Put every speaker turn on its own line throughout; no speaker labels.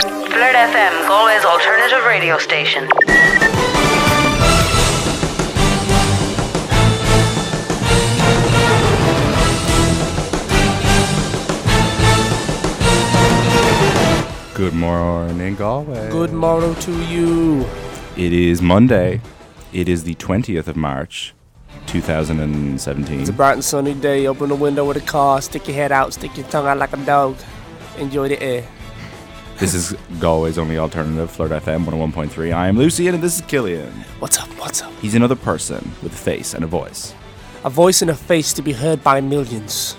Split FM, Galway's alternative radio station.
Good morning, Galway.
Good morrow to you.
It is Monday. It is the 20th of March, 2017.
It's a bright and sunny day. Open the window with a car, stick your head out, stick your tongue out like a dog. Enjoy the air.
this is Galway's only alternative, Flirt FM 101.3. I am Lucian and this is Killian.
What's up? What's up?
He's another person with a face and a voice
A voice and a face to be heard by millions.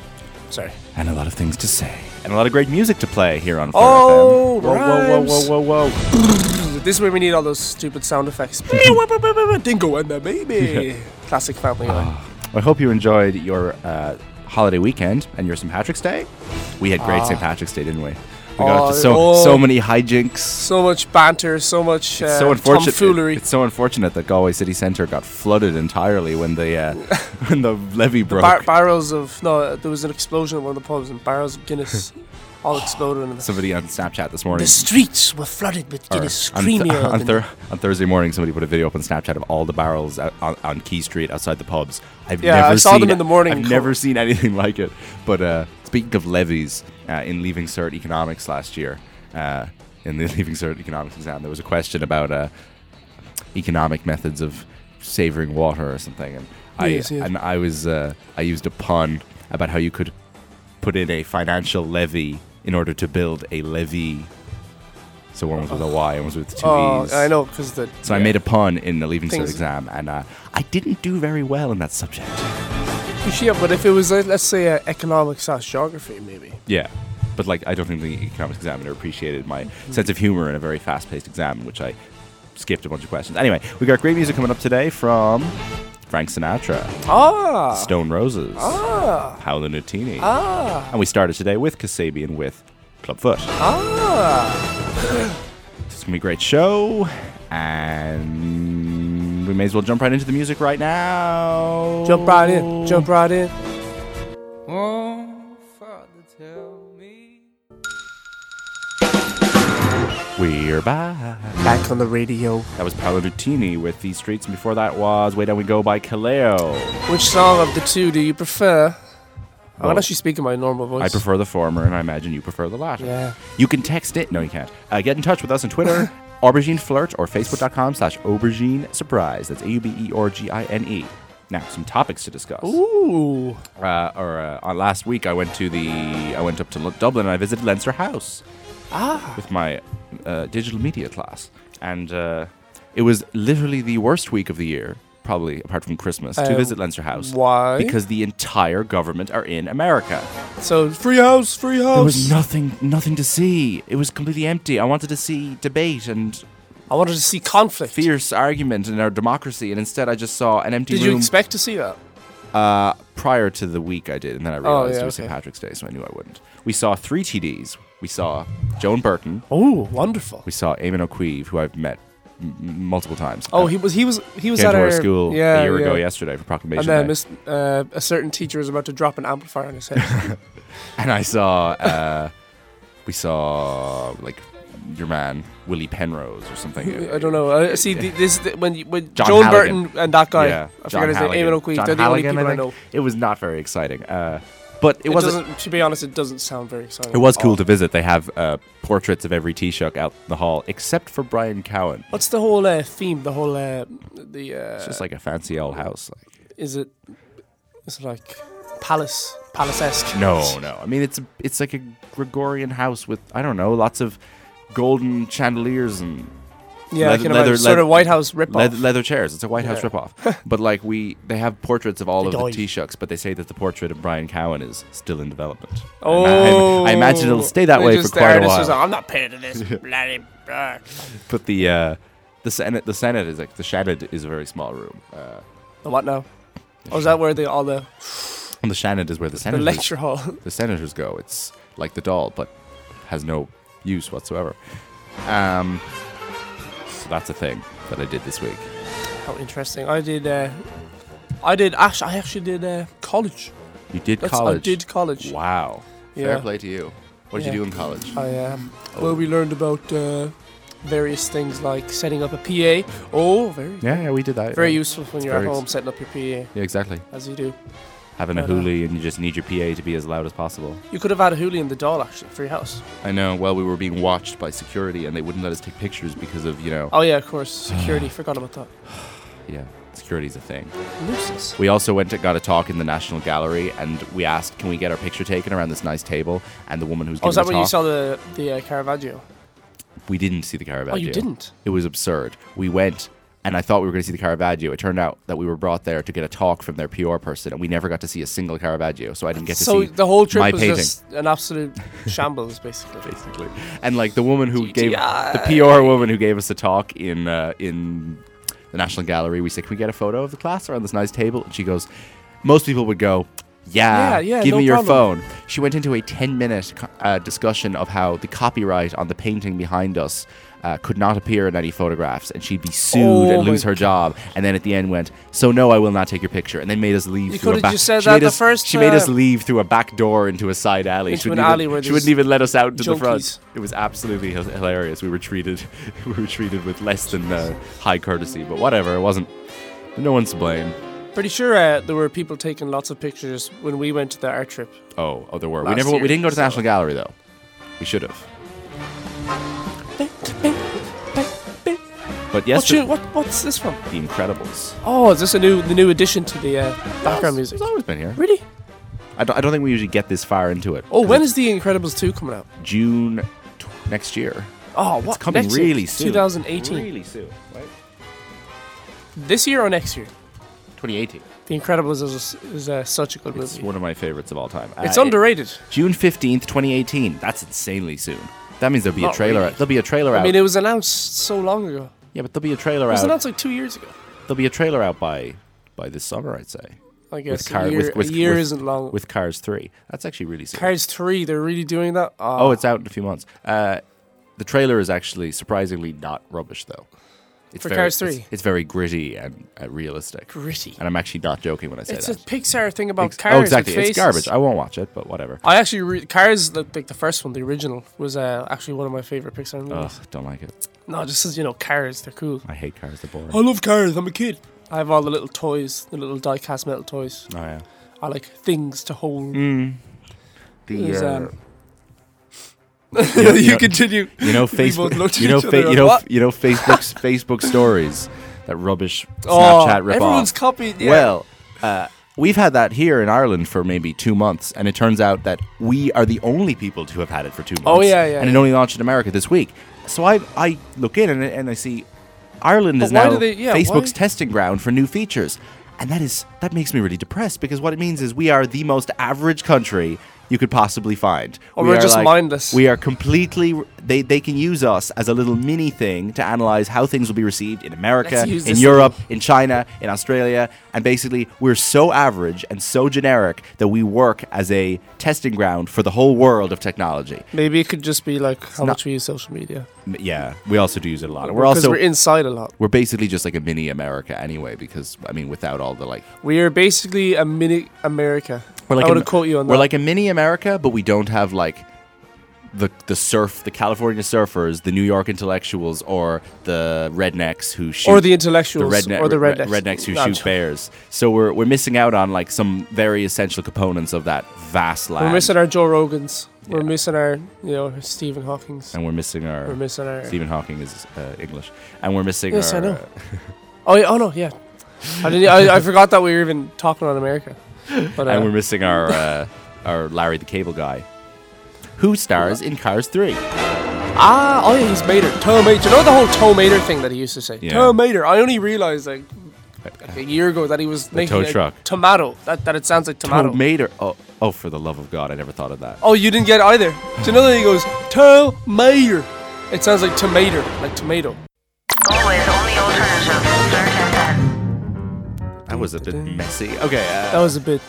Sorry.
and a lot of things to say and a lot of great music to play here on Flirt
Oh,
FM. Whoa, whoa, whoa,
rhymes.
whoa, whoa, whoa.
This is where we need all those stupid sound effects. Dingo and the baby. Classic family. Guy.
I hope you enjoyed your uh, holiday weekend and your St. Patrick's Day. We had great St. Patrick's Day, didn't we? We got up to
Oh,
so,
Ah. oh.
so many hijinks.
So much banter. So much uh,
It's so unfortunate.
tomfoolery.
It's so unfortunate that Galway city centre got flooded entirely when the uh, when the levee broke.
Bar- barrels of no. There was an explosion at one of the pubs, and barrels of Guinness all exploded. in the-
somebody on Snapchat this morning.
The streets were flooded with
or
Guinness
on, th-
screaming.
on, thur- on Thursday morning, somebody put a video up on Snapchat of all the barrels out on, on Key Street outside the pubs. I've
Yeah, I
never
saw them
seen-
in the morning
I've
and
never
co-
seen anything like it. But uh, speaking of levies, uh, in leaving cert economics last year, uh, in the leaving cert economics exam, there was a question about uh, economic methods of savoring water or something, and I
Yes, yes.
and I was uh, I used a pun about how you could put in a financial levy in order to build a levy. So one was with a Y and one was with two
Oh,
E's.
I know, because the.
So I made a pun in the leaving cert
Things-
exam, and uh, I didn't do very well in that subject.
Yeah, but if it was, uh, let's say, uh, economic slash geography, maybe.
Yeah, but like I don't think the economics examiner appreciated my
Mm-hmm.
sense of humor in a very fast-paced exam, in which I skipped a bunch of questions. Anyway, we got great music coming up today from Frank Sinatra,
Ah!
Stone Roses,
Ah!
Paolo Nutini,
Ah!
and we started today with Kasabian with Clubfoot.
Ah!
It's gonna be a great show, and we may as well jump right into the music right now.
Jump right in. Jump right in.
Oh, Father, tell me.
We're back.
Back on the radio.
That was Paolo Nutini with These Streets, and before that was Way Down We Go by Kaleo.
Which song of the two do you prefer? I'm
Well,
gonna actually speak in my normal voice.
I prefer the former, and I imagine you prefer the latter.
Yeah.
You can text it. No, you can't. Uh, get in touch with us on Twitter, aubergine flirt, or facebook.com slash aubergine surprise. That's A U B E R G I N E. Now, some topics to discuss.
Ooh!
Uh, or uh, on last week, I went to the I went up to L- Dublin and I visited Leinster House
Ah!
with my uh, digital media class, and uh, it was literally the worst week of the year, probably apart from Christmas, to
Uh,
visit Leinster House.
why?
Because the entire government are in America.
So, free house, free house!
There was nothing, nothing to see. It was completely empty. I wanted to see debate and
I wanted to see conflict.
fierce argument in our democracy, and instead I just saw an empty
Did
room.
you expect to see that?
Uh, prior to the week I did, and then I realized
Oh, yeah,
it was St.
okay.
Patrick's Day, so I knew I wouldn't. We saw three TDs. We saw Joan Burton.
Oh, wonderful.
We saw Eamon O'Queeve, who I've met m- m- multiple times.
Oh,
Uh,
he was he was he was
came
at
to our
our
school
yeah,
a year ago
yeah.
yesterday for Proclamation
And then
Day.
Miss, uh, a certain teacher was about to drop an amplifier on his head.
and I saw uh, we saw like your man Willie Penrose or something.
I don't know. I see th- this th- when you, when
John
Joan
Halligan.
Burton and that guy.
yeah,
I
John
forget his name.
Halligan.
Eamon O'Queeve.
John
They're the
Halligan,
only people I,
think.
know.
It was not very exciting, uh, but it,
It,
was
doesn't. Oh. To be honest, it doesn't sound very exciting.
it was
at
cool
all.
to visit. They have uh, portraits of every Taoiseach out in the hall, except for Brian Cowan.
What's the whole uh, theme? The whole uh, the uh,
It's just like a fancy old house.
is it is it like palace palace esque?
No, no. I mean, it's a, it's like a Gregorian house with I don't know, lots of golden chandeliers and
Yeah, I
Leather-
can
leather-
imagine. Sort
leather-
of White House rip
leather, leather chairs. It's a White House
Yeah.
ripoff. but like we, they have portraits of all
They
of the
died.
Taoiseachs, but they say that the portrait of Brian Cowan is still in development.
Oh,
And I, I imagine it'll stay that
They
way for
just- the
quite a
artist
while.
was like, I'm not paying to this. bloody blah."
but the uh, the Senate, the Senate is like the Senate is a very small room. Uh,
The what now? Oh, is that where the all the,
and the Senate is where the
the
senators
lecture hall?
the senators go. It's like the doll, but has no use whatsoever. Um, so that's a thing that I did this week.
How interesting. I did. Uh, I did. Actually, I actually did uh, college.
You did
That's,
college.
I did college.
Wow.
Yeah. Uh,
Fair play to you. What did you do in college?
I am.
Oh.
Well, we learned about uh, various things like setting up a PA. Oh, very
Yeah, yeah, we did that.
very
yeah.
useful when you're at
very-
home setting up your PA,
Yeah, exactly.
as you do.
Having a
But, uh,
hoolie and you just need your PA to be as loud as possible.
You could have had a hoolie in the doll actually for your house.
I know. Well, we were being watched by security, and they wouldn't let us take pictures because of you know.
Oh yeah, of course. Security. forgot about that.
Yeah, security's a thing.
Nuisance.
We also went to got a talk in the National Gallery, and we asked, "Can we get our picture taken around this nice table?" And the woman who's giving
Oh, is that
the
when you
talk,
saw the the uh, Caravaggio?
we didn't see the Caravaggio.
Oh, you didn't.
It was absurd. We went. And I thought we were going to see the Caravaggio. It turned out that we were brought there to get a talk from their PR person, and we never got to see a single Caravaggio. So I didn't get to
So
see
the whole trip
my
was
painting.
just an absolute shambles, basically.
basically. And like the woman who gave the
GTI.
PR woman who gave us the talk in uh, in the National Gallery, we said, "Can we get a photo of the class around this nice table?" And she goes, "Most people would go." Yeah,
Yeah, yeah,
give
no
me your
problem."
phone. She went into a 10 minute co- uh, discussion of how the copyright on the painting behind us uh, could not appear in any photographs and she'd be sued
Oh
and
my
lose her job. And then at the end went, So, no, I will not take your picture. And then made us leave
You
through a
coulda
back
just said
she made
that the
us-
first,
She made us
uh,
leave through a back door into a side alley.
into
she wouldn't
an
even-
alley where
she
there's
wouldn't even let us out to the front.
junkies.
It was absolutely hi- hilarious. We were treated, we were treated with less than uh, high courtesy, but whatever. It wasn't. No one's to blame.
Pretty sure uh, there were people taking lots of pictures when we went to the art trip.
Oh, oh, there were. we
Last
never. went- we
year,
didn't go to the
so-
National Gallery though. We should have. But
What, you,
yesterday,
what what's this from?
The Incredibles.
Oh, is this a new the new addition to the uh, background
Yes,
music?
It's always been here.
Really?
I don't, I don't think we usually get this far into it.
Oh,
'cause
when
it's
is the Incredibles two coming out?
June t- next year?
Oh,
It's
what?
coming
next
really
year?
soon.
2018.
Really soon. Right?
This year or next year?
2018.
The Incredibles is, is uh, such a good
It's
movie.
one of my favorites of all time.
It's
Uh,
underrated.
June 15th, 2018. That's insanely soon. That means there'll be a
Not
trailer.
really.
There'll be a trailer
I
out.
mean, it was announced so long ago.
yeah, but there'll be a trailer
It was
out.
announced like two years ago.
There'll be a trailer out by by this summer, I'd say.
I guess
Car-
a year,
with- with-
a year
with-
isn't long.
With Cars 3. That's actually really soon.
Cars three, they're really doing that. Ah,
oh, it's out in a few months. Uh, the trailer is actually surprisingly not rubbish, though. It's
For
very,
Cars
it's-
3?
It's, very gritty and uh, realistic.
gritty.
And I'm actually not joking when I say
It's a
that.
Pixar thing about
Ex-
cars.
oh,
with
exactly. It's
faces.
garbage. I won't watch it, but whatever.
I actually re- Cars like, like the first one, the original was uh, actually one of my favorite Pixar
Ugh,
movies.
don't like it.
No, just as you know, Cars, they're cool.
I hate Cars. They're boring.
I love Cars. I'm a kid. I have all the little toys, the little die-cast metal toys.
Oh, yeah.
I like things to hold.
Mm, The,
There's,
uh,
um,
you-
you
you-
continue.
You know
We both looked
Facebook.
at
You know,
each
fa-
other
you
and
know,
what?
you know Facebook's Facebook stories, that rubbish
Oh,
Snapchat ripoff.
everyone's copied. Yeah.
Well, uh, we've had that here in Ireland for maybe two months, and it turns out that we are the only people to have had it for two months.
Oh, yeah, yeah,
And it
yeah.
only launched in America this week. So I I look in and, and I see Ireland is
why
now
do they- yeah,
Facebook's
why-
testing ground for new features, and that is that makes me really depressed because what it means is we are the most average country. You could possibly find.
Or
We
Oh, we're
are
just mindless.
We are completely. They, they can use us as a little mini thing to analyze how things will be received in America,
Let's use
in
this
Europe, in China, in Australia, and basically we're so average and so generic that we work as a testing ground for the whole world of technology.
Maybe it could just be like how
not-
much we use social media.
M- Yeah, we also do use it a lot. We're
Because
also
we're inside a lot.
we're basically just like a mini America anyway, because I mean, without all the like,
We are basically a mini America.
we're like
I would
a-
have quote you on
we're
that.
like a mini America, but we don't have like. The, the surf the California surfers the New York intellectuals or the rednecks who shoot
or the intellectuals,
the redneck,
or the
re-
rednecks,
rednecks who
No, I'm
shoot
joking.
bears. So we're we're missing out on like some very essential components of that vast land.
We're missing our Joe Rogans. We're
Yeah.
missing our, you know, Stephen Hawking's.
and we're missing our.
We're missing our.
Stephen Hawking is uh, English, and we're missing.
Yes,
our, uh,
I know. Oh, yeah, oh no, yeah. I didn't. I, I forgot that we were even talking on America. But uh,
And we're missing our uh, our Larry the Cable Guy, who stars in Cars Three.
ah, oh yeah, he's Mater. Tomater. You know the whole Tomater thing that he used to say.
Yeah.
Tomater. I only realized like, like a year ago that he was making
tow
a
truck.
tomato. That that it sounds like tomato.
Tomater. Oh, oh, for the love of God! I never thought of that.
Oh, you didn't get it either. Do you know that he goes tomater? It sounds like tomato, like tomato.
Always on the alternative. Search FM.
That was a bit messy. Okay,
That
uh,
was a bit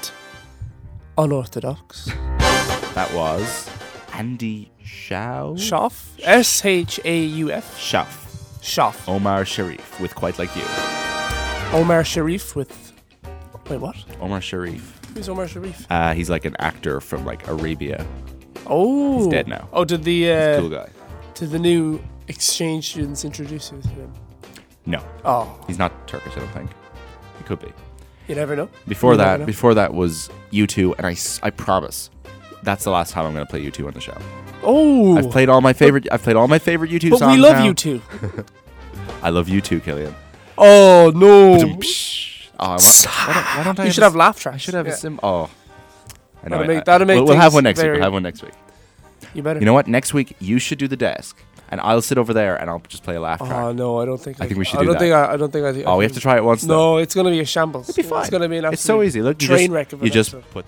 unorthodox.
that was Andy Shao
Schaff. S H A U F.
Schaff.
Schaff.
Omar Sharif with quite like you.
Omar Sharif with. Wait, what?
Omar Sharif.
Who's Omar Sharif?
Uh, he's like an actor from like Arabia.
Oh,
He's dead now.
Oh, did the uh,
cool guy.
did the new exchange students introduce you to him?
No,
Oh,
he's not Turkish. I don't think. He could be.
you never know.
Before
You never
that,
know.
before that was U2, and I, s- I promise, that's the last time I'm gonna play U2 on the show.
oh,
I've played all my favorite. I've played all my favorite U2
but
songs.
we love
now.
you too.
I love U2, Killian.
Oh no,
Psh. Oh, I want- why don't, why don't I
you should
a
have
s-
laugh tracks.
I should have
Yeah,
a sim. Oh, I know.
That'll
I-
make-
I-
that'll make
we'll, we'll have
things
one next week.
very-
We'll have one next week.
You better.
You know what? Next week you should do the desk, and I'll sit over there, and I'll just play a laugh track.
Oh no, I don't think.
I think we should
I
do
don't
that.
think. I, I don't think. I think.
oh, we have to try it once. though.
No, it's gonna be a shambles.
it'll be fine.
It's gonna be an absolute
It's so easy. Look, you
train
just,
wreck of an
you just
episode.
put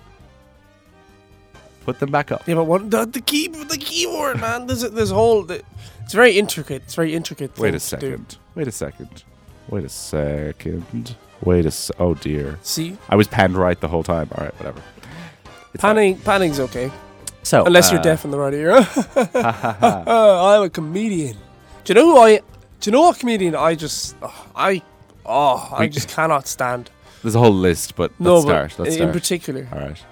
put them back up.
Yeah, but what the, the key the keyboard man? There's a- there's a whole. The, it's very intricate. It's very intricate.
Wait a
things to do.
second. Wait a second. Wait a second. Wait a. S- oh dear.
See,
I was panned right the whole time. All right, whatever. It's fine.
panning panning's okay
So
unless you're
uh,
deaf in the right ear. I'm a comedian. Do you know who I? Do you know what comedian I just oh, I oh I
We-
just cannot stand.
There's a whole list, but
No,
let's
but
start. Let's
in
start.
particular,
All right.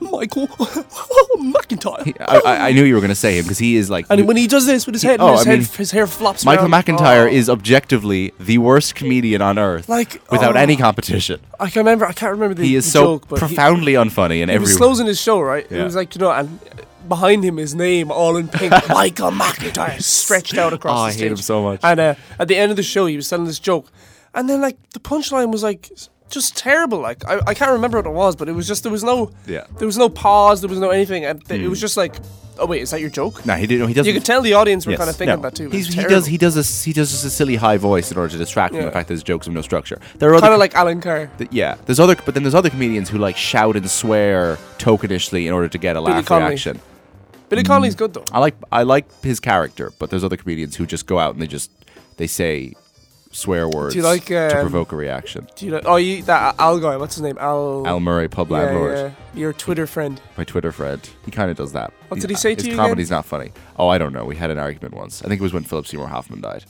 Michael oh, McIntyre.
He- I, I, I knew you were going to say him because he is like.
and when he does this with his head,
oh,
his,
I
head
mean,
his hair flops.
Michael
around.
McIntyre
Oh.
is objectively the worst comedian on earth
like
without
oh,
any competition.
I can remember. I can't remember the,
He is
the
so
joke, but he-
profoundly unfunny in
He
every
was closing his show, right? It
Yeah.
was like, you know, and behind him his name all in pink, Michael McIntyre, stretched out
Oh,
across
I
the
hate
stage.
him so much.
And uh, at the end of the show, he was telling this joke, and then like the punchline was like s- just terrible. Like I, I can't remember what it was, but it was just there was no
Yeah. Hmm.
there was no pause, there was no anything, and th- it was just like, oh wait, is that your joke?
No, he, didn't- he doesn't.
You could tell the audience were
Yes,
kind of thinking
no.
that too. It
He's,
was
he does.
terrible.
He does. This, he does just a silly high voice in order to distract from
Yeah.
the fact that his jokes have no structure. There are other
kind of like Alan Carr.
Th- yeah, there's other, but then there's other comedians who like shout and swear tokenishly in order to get a laugh
Connolly.
reaction. Hmm.
Billy Connolly's good though.
I like I like his character, but there's other comedians who just go out and they just they say swear words
you like,
to
um,
provoke a reaction.
Do you know? Oh, you, that Al guy. What's his name? Al.
Al Murray, pub
yeah,
landlord,
yeah, your Twitter friend.
my Twitter friend, he kind of does that.
What
He's-
did he say
his
to you
comedy's not funny. Oh, I don't know. We had an argument once. I think it was when Philip Seymour Hoffman died.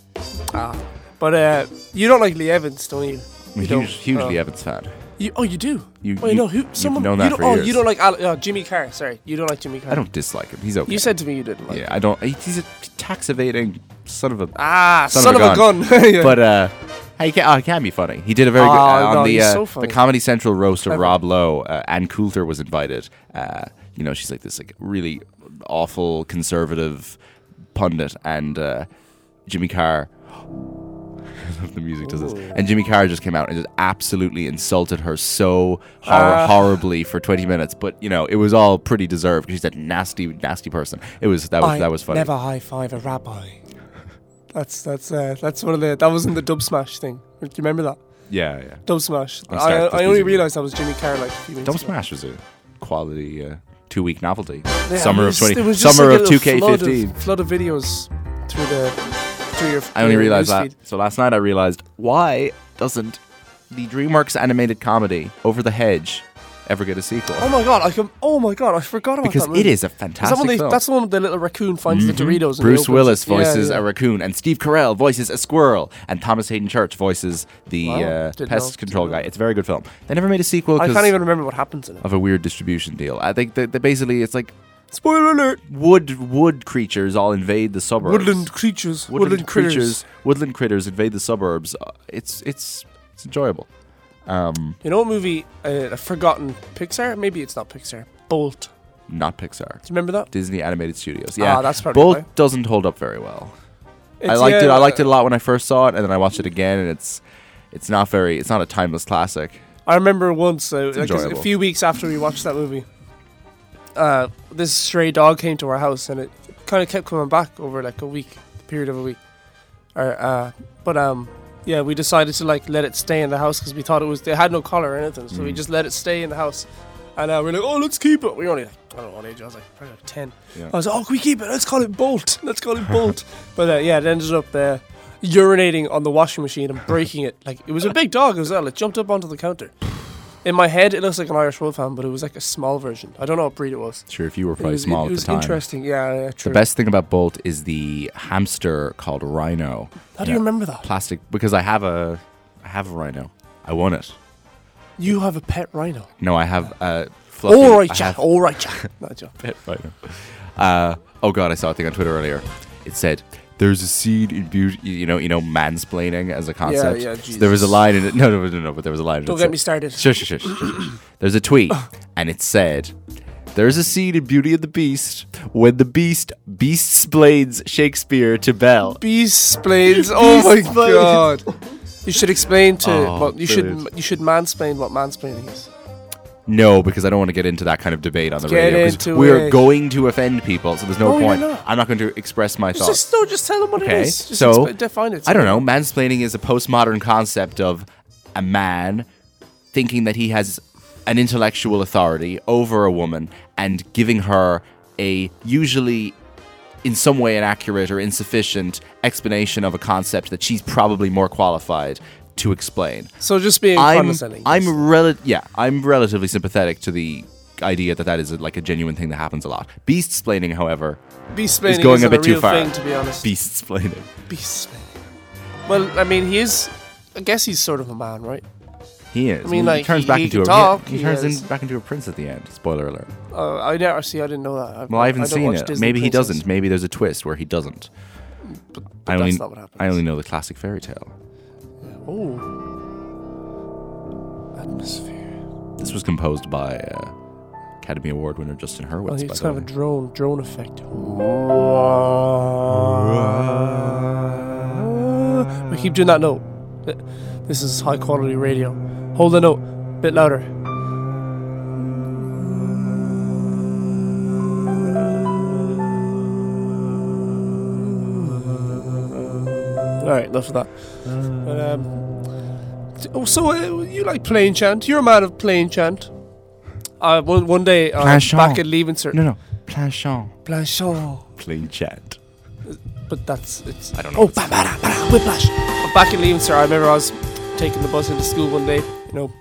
But uh, you don't like Lee Evans, don't you?
I'm a
You don't.
huge, hugely
Oh.
Evans fan.
You, oh, you do.
You-
oh, you
you-
know who?
you've
Someone.
known
you
that
don't,
for
oh, you
years.
don't like Al, uh, Jimmy Carr. Sorry, you don't like Jimmy Carr.
I don't dislike him. He's okay.
You said to me you didn't like.
yeah,
him.
I don't. He's a tax evading son of a
Ah, son,
Son
of,
of a
a gun. Yeah.
But uh, he can, oh, he can be funny. He did a very good
Oh,
uh,
no,
on the
he's
uh,
so
the
funny.
Comedy Central roast of
Clever.
Rob Lowe. Uh, Ann Coulter was invited. Uh, you know, she's like this like really awful conservative pundit, and uh, Jimmy Carr. I love the music does this, and Jimmy Carr just came out and just absolutely insulted her so hor-
Ah.
horribly for twenty minutes. But you know, it was all pretty deserved. She's a nasty, nasty person. It was that was
I
that was funny.
Never high five a rabbi. That's that's uh, that's one of the that was in the Dub Smash thing. Do you remember that
Yeah, yeah.
Dub Smash?
I'm
I,
sorry, that's
I only
easy.
realized that was Jimmy Carr like a few minutes
Double
ago.
Smash was a quality uh, two week novelty.
Yeah,
summer of
it was-
twenty,
it was just
summer
like a
of two
little
K
flood of-
fifteen.
Flood of videos through the through your.
I only
your
realized
newsfeed.
that. So last night I realized why doesn't the DreamWorks animated comedy Over the Hedge ever get a sequel?
Oh my god! I can. Oh my god! I forgot about
because
that.
it
movie.
is a
Is that
fantastic
one they,
film. Mm-hmm.
that's the one with the little raccoon finds the Doritos.
Bruce
and he opens
Willis
it. Yeah,
voices
yeah.
a raccoon, and Steve Carell voices a squirrel, and Thomas Hayden Church voices the
Wow,
uh,
didn't
pest
know,
control
didn't
guy.
know.
It's a very good film. They never made a sequel
I
because
can't even remember what happens in it.
of a weird distribution deal. I think that, that basically it's like
Spoiler alert!
wood wood creatures all invade the suburbs.
Woodland creatures. Woodland, critters.
Woodland critters invade the suburbs. Uh, It's it's it's enjoyable. Um,
You know what movie? Uh, a forgotten Pixar? Maybe it's not Pixar. Bolt. Do
not Pixar.
you remember that?
Disney Animated Studios. Yeah,
Ah, that's probably
Bolt
why.
doesn't hold up very well. I
It's,
liked
yeah,
it. I liked it a lot when I first saw it, and then I watched it again, and it's it's not very. It's not a timeless classic.
I remember once, uh, like, a
enjoyable.
few weeks after we watched that movie, uh, this stray dog came to our house and it kind of kept coming back over like a week, a period of a week. Or, uh, but um, yeah, we decided to like let it stay in the house because we thought it was they had no collar or anything, so we
Mm.
just let it stay in the house. And uh, we're like, oh, let's keep it. We were only like, I don't know what age I was like, probably like ten.
Yeah.
I was like, oh, can we keep it? Let's call it Bolt. Let's call it Bolt. but uh, yeah, it ended up uh, urinating on the washing machine and breaking it. Like it was a big dog as well. It jumped up onto the counter. In my head, it looks like an Irish Wolfhound, but it was like a small version. I don't know what breed it was.
Sure, if you were
It
probably
was,
small
it,
at
was
the time.
interesting. Yeah, yeah true.
The best thing about Bolt is the hamster called Rhino.
How do you
Yeah.
remember that?
Plastic, because I have a, I have a rhino. I won it.
You have a pet rhino.
No, I have a. Fluffy,
All right,
I
Jack.
have-
All right, Jack. Not Jack.
pet rhino. Uh, oh god, I saw a thing on Twitter earlier. It said there's a seed in beauty. You know, you know, mansplaining as a concept.
yeah,
So there was a
Jesus.
line in it. No, no, no, no. But there was a line. in it
Don't
that
get me
said-
started.
Shush, shush, shush, shush, shush. There's a tweet, and it said, "There's a scene in Beauty and the Beast when the Beast beast splains Shakespeare to Belle."
Beast explains. Oh my
Beastplains.
god. You should explain to.
Oh,
well, you should.
brilliant.
You should mansplain what mansplaining is.
No, because I don't want to get into that kind of debate on the
Get
radio. 'cause
into
we're
it.
going to offend people, so there's no
No, you're
point.
not.
I'm not going to express my thoughts.
Just no. Just tell them what
Okay,
it is. Just
so
expla- define it.
I don't know. Mansplaining is a postmodern concept of a man thinking that he has an intellectual authority over a woman and giving her a usually in some way inaccurate or insufficient explanation of a concept that she's probably more qualified to explain.
So just being
I'm
condescending.
I'm rela- yeah, I'm relatively sympathetic to the idea that that is like a genuine thing that happens a lot. Beastsplaining, however,
Beastplaining
is going
isn't
a bit too
real
far.
Thing, to be honest.
beastsplaining.
Beastplaining. Well, I mean, he is. I guess he's sort of a man, right?
He is.
I mean,
he
like,
turns
he-
back
he
into
can
a
talk,
He,
he
turns
is-
in, back into a prince at the end. Spoiler alert.
Uh, I never see. I didn't know that. I've,
Well, I haven't
don't
seen
watch
it.
Disney
Maybe he
princesses.
doesn't. Maybe there's a twist where he doesn't. I
that's
only
not what happens.
I only know the classic fairy tale.
Oh. Atmosphere.
This was composed by uh, Academy Award winner Justin
Well,
Hurwitz.
he's
by the
kind of
way.
a drone drone effect. We keep doing that note. Th- This is high quality radio. Hold the note, bit louder. All right, enough of that. But, um, t- oh, so uh, you like playing chant? You're a man of playing chant. Uh, one, one day, uh,
Plain chant.
back at Leaving Cert,
no, no, Planchon.
Planchon.
Plain chat.
Oh, But that's it's.
I don't know
Oh,
if
bah, bah, bah, bah, whiplash! But back in Leaving Sir, I remember I was taking the bus into school one day. You know,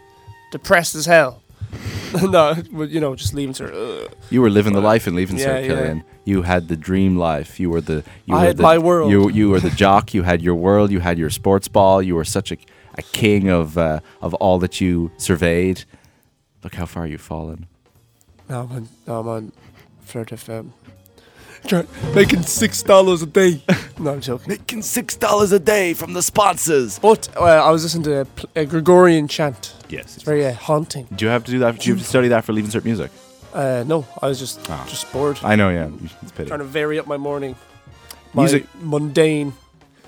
depressed as hell. no, but, you know, just leaving Sir. Ugh.
You were living the life in leaving
Yeah,
cert,
yeah.
Killian. You had the dream life. You were the. You
I
were
had
the,
my world.
You you were the jock. You had your world. You had your sports ball. You were such a, a king of uh, of all that you surveyed. Look how far you've fallen.
Now I'm on. Now I'm on. Flirt FM. Try, making six dollars a day. No, I'm joking.
Making six dollars a day from the sponsors.
But uh, I was listening to a, pl- a Gregorian chant.
Yes.
It's very uh, haunting.
Do you have to do that? Do you have to study that for leaving cert music?
Uh, no, I was just
Ah.
just bored.
I know. Yeah. It's a pity.
trying to vary up my morning. My
Music-
mundane.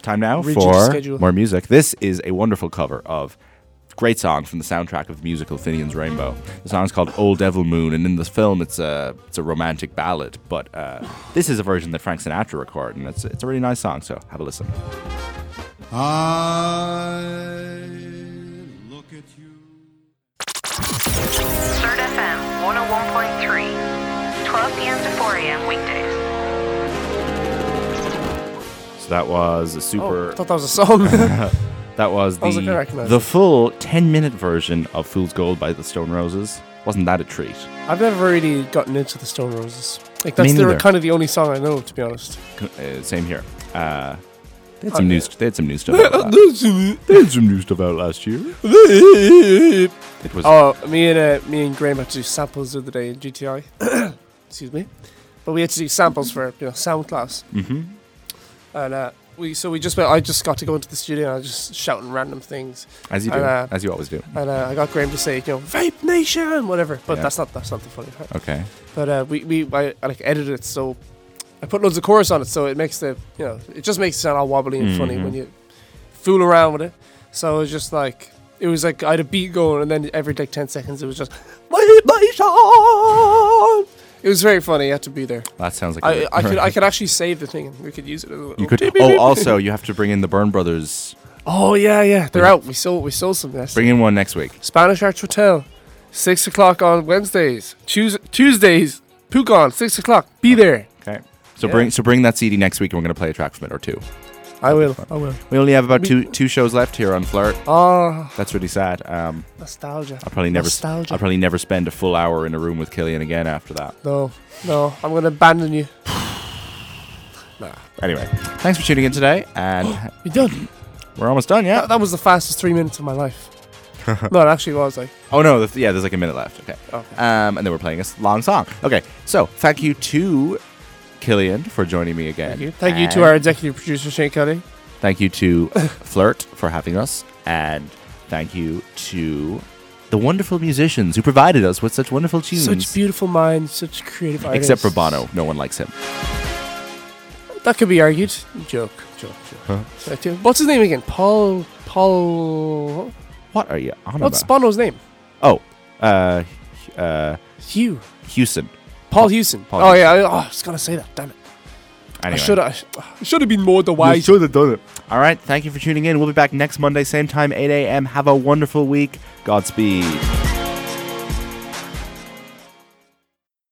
Time now
Rigid
for
schedule.
more music. This is a wonderful cover of great song from the soundtrack of the musical Finian's Rainbow. The song's called Old Devil Moon, and in the film, it's a it's a romantic ballad. But uh, this is a version that Frank Sinatra recorded, and it's it's a really nice song. So have a listen.
I look at you.
Third FM 101.3. 12 p.m. to 4 a.m. weekdays.
So that was a
Oh,
super.
I thought that was a song.
That was the
I was like, I recognize
the
it.
full ten minute version of Fool's Gold by the Stone Roses. Wasn't that a treat?
I've never really gotten into the Stone Roses. Like that's
Me
the,
neither.
kind of the only song I know, to be honest.
Uh, same here. Uh, they had
Oh,
some
yeah.
news. They had some new stuff. Out last- they had some new stuff out last year.
oh,
It was
me and uh, me and Graham had to do samples the other day in GTI. Excuse me, but we had to do samples for you know sound class,
hmm
and uh, we so we just went. I just got to go into the studio and I was just shouting random things,
As you do,
And, uh,
as you always do.
and uh, I got Graham to say you know Vape Nation whatever, but
Yeah.
that's not that's not the funny part.
Okay.
But uh, we we I, I like edited it so I put loads of chorus on it, so it makes the you know it just makes it sound all wobbly and funny
Mhm.
when you fool around with it. So it was just like it was like I had a beat going, and then every like ten seconds it was just my my song. It was very funny. You had to be there.
That sounds like
I
a-
I could I could actually save the thing. and We could use it. As a little
You could.
beep, beep,
Oh,
beep.
also you have to bring in the Burn Brothers.
oh yeah yeah they're out. We sold we sold some. Yes.
Bring in one next week.
Spanish Arch Hotel, six o'clock on Wednesdays. Tues Tuesdays, Pugon, six o'clock. Be there.
Okay. So
Yeah.
bring so bring that CD next week, and we're gonna play a track from it or two.
I will. I will.
We only have about
We-
two two shows left here on Flirt.
Ah.
That's really sad. Um,
Nostalgia.
I'll probably never. s-
Nostalgia.
I'll probably never spend a full hour in a room with Killian again after that.
no, no, I'm gonna abandon you.
Anyway, thanks for tuning in today, and
You done?
we're almost done. Yeah.
That, that was the fastest three minutes of my life. no, it actually was like.
Oh no, th- yeah, there's like a minute left. Okay.
Oh, Okay.
Um, and then we're playing a s- long song. Okay, so thank you to Killian, for joining me again.
Thank you. Thank you to our executive producer Shane Kelly.
Thank you to Flirt for having us, and thank you to the wonderful musicians who provided us with such wonderful tunes.
Such beautiful minds, such creative artists.
Except for Bono, no one likes him.
That could be argued. Joke, joke, joke. Huh? What's his name again? Paul. Paul.
What are you on
What's
about?
Bono's name?
oh, uh, uh,
Hugh.
Houston.
Paul Hewson.
Paul
oh yeah. I, oh, I was gonna say that. Damn it.
Anyway.
I should have. I should have been more the wise.
should have done it. All right, thank you for tuning in. We'll be back next Monday, same time, 8 a.m. Have a wonderful week. Godspeed.